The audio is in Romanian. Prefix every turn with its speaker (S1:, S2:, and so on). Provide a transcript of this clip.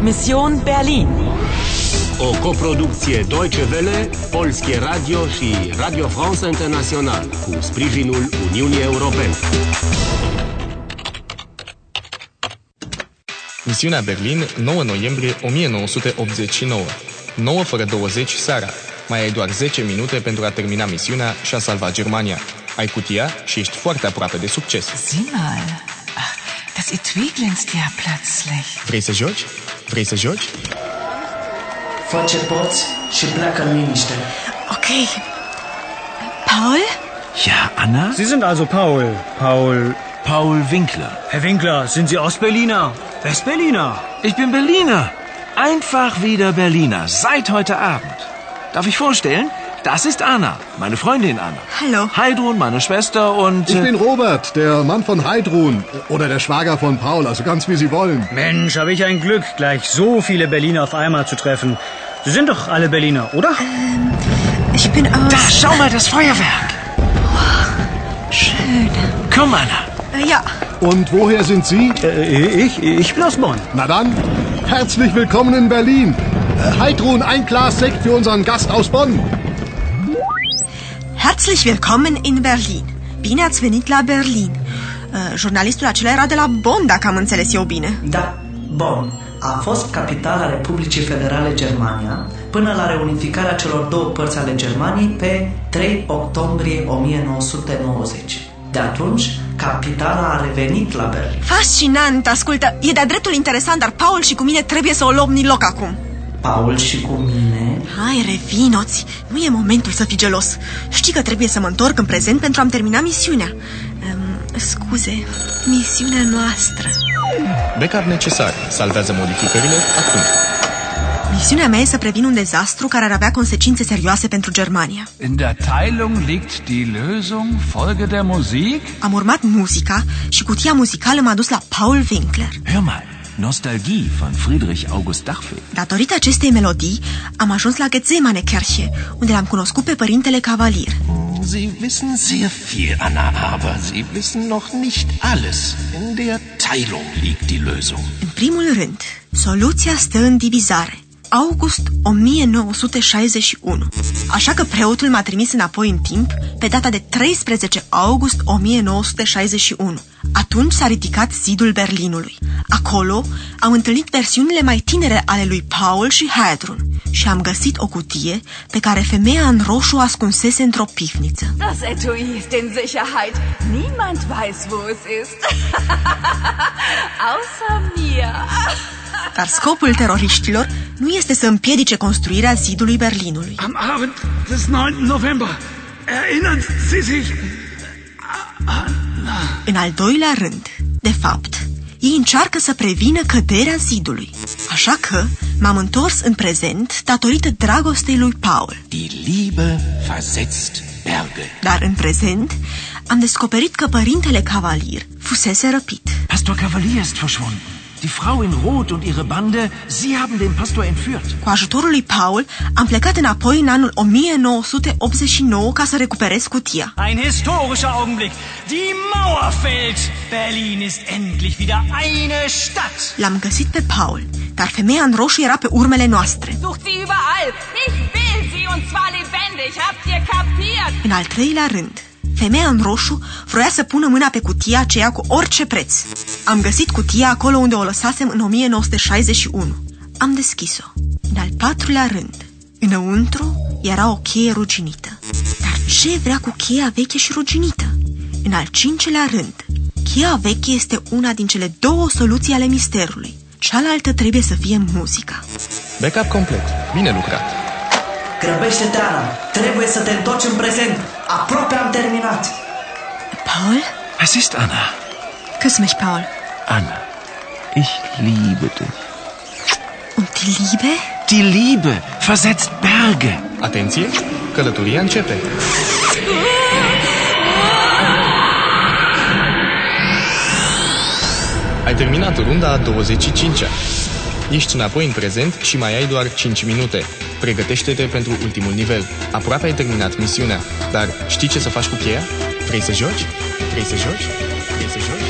S1: Mission Berlin.
S2: O coproducție Deutsche Welle, Polskie Radio și Radio France International cu sprijinul Uniunii Europene.
S3: Misiunea Berlin, 9 noiembrie 1989. 9 fără 20 seara. Mai ai doar 10 minute pentru a termina misiunea și a salva Germania. Ai cutia și ești foarte aproape de succes.
S4: Sieh mal, Ach, das Etui glänzt ja plötzlich.
S3: Vrei să joci? Vrei să joci?
S5: Face poți și pleacă în liniște.
S6: Okay. Paul?
S7: Ja, Anna?
S8: Sie sind also Paul. Paul.
S7: Paul Winkler.
S8: Herr Winkler, sind Sie Ostberliner? Westberliner?
S7: Ich bin Berliner. Einfach wieder Berliner. Seit heute Abend. Darf ich vorstellen? Das ist Anna, meine Freundin Anna.
S6: Hallo.
S7: Heidrun, meine Schwester und...
S9: Ich
S7: äh,
S9: bin Robert, der Mann von Heidrun oder der Schwager von Paul, also ganz wie Sie wollen.
S7: äh,
S8: Mensch, habe ich ein Glück, gleich so viele Berliner auf einmal zu treffen. Sie sind doch alle Berliner, oder?
S6: Ich bin aus.
S7: Da, schau mal das Feuerwerk.
S6: Oh, Schön.
S7: Komm, Anna.
S6: Äh, Ja.
S9: Und woher sind Sie?
S8: Äh, ich, ich bin aus Bonn.
S9: Na dann, herzlich willkommen in Berlin. Äh, Heidrun, ein Glas Sekt für unseren Gast aus Bonn.
S6: Herzlich willkommen in Berlin. Bine ați venit la Berlin. Uh, Jurnalistul acela era de la Bonn, dacă am înțeles eu bine.
S5: Da, Bonn a fost capitala Republicii Federale Germania până la reunificarea celor două părți ale Germaniei pe 3 octombrie 1990. De atunci, capitala a revenit la Berlin.
S6: Fascinant, ascultă, e de-a dreptul interesant, dar Paul și cu mine trebuie să o luăm din loc acum.
S5: Paul și cu mine
S6: Hai, revinoți! Nu e momentul să fii gelos. Știi că trebuie să mă întorc în prezent pentru am terminat misiunea. Um, scuze, misiunea noastră.
S3: Backup necesar. Salvează modificările acum.
S6: Misiunea mea e să previn un dezastru care ar avea consecințe serioase pentru Germania.
S10: In der Teilung liegt die Lösung. Folge der Musik.
S6: Am urmat muzica și cutia muzicală m-a dus la Paul Winkler.
S7: Hör mal, Nostalgie von Friedrich August Dachfeld.
S6: Datorită acestei melodii, am ajuns la Ghețemane Kerche, unde l-am cunoscut pe părintele Cavalier.
S11: Sie wissen sehr viel, Anna, aber Sie wissen noch nicht alles. In der Teilung liegt die Lösung.
S6: În primul rând, soluția stă în divizare. August 1961. Așa că preotul m-a trimis înapoi în timp pe data de 13 august 1961. Atunci s-a ridicat zidul Berlinului. Acolo am întâlnit versiunile mai tinere ale lui Paul și Hadrun și am găsit o cutie pe care femeia în roșu o ascunsese într-o pivniță.
S12: Das Etui ist in Sicherheit. Niemand weiß, wo es ist. Außer mir.
S6: Dar scopul teroriștilor nu este să împiedice construirea zidului Berlinului.
S10: Am Abend des 9. November. Erinnern Sie sich?
S6: În al doilea rând, de fapt, ei încearcă să prevină căderea zidului. Așa că m-am întors în prezent datorită dragostei lui Paul.
S11: Die Liebe versetzt Berge.
S6: Dar în prezent am descoperit că părintele cavalier fusese răpit.
S7: Pastor Cavalier ist verschwunden. Die Frau in Rot und ihre Bande, sie haben den Pastor entführt.
S6: Cu ajutorul lui Paul am plecat înapoi în anul 1989 ca să recuperez cutia.
S8: Ein historischer Augenblick. Die Mauer fällt. Berlin ist endlich wieder eine Stadt.
S6: L-am găsit pe Paul, dar femeia în roșu era pe urmele noastre.
S12: Sucht sie überall. Ich will sie und zwar lebendig. Habt ihr kapiert?
S6: În al treilea rând, femeia în roșu vroia să pună mâna pe cutia aceea cu orice preț. Am găsit cutia acolo unde o lăsasem în 1961. Am deschis-o. În al patrulea rând, înăuntru era o cheie ruginită. Dar ce vrea cu cheia veche și ruginită? În al cincelea rând, cheia veche este una din cele două soluții ale misterului. Cealaltă trebuie să fie muzica.
S3: Backup complet. Bine lucrat.
S5: Grăbește-te, Ana! Trebuie să te întorci în prezent! Aproape am terminat!
S6: Paul?
S7: Was ist, Anna?
S6: Küss mich, Paul.
S7: Anna, ich liebe dich.
S6: Und die Liebe?
S7: Die Liebe versetzt Berge.
S3: Atenție! Călătoria începe. Ai terminat runda a 25-a. Ești înapoi în prezent și mai ai doar 5 minute. Pregătește-te pentru ultimul nivel. Aproape ai terminat misiunea, dar știi ce să faci cu cheia? Vrei să joci? Vrei să joci? Vrei să joci?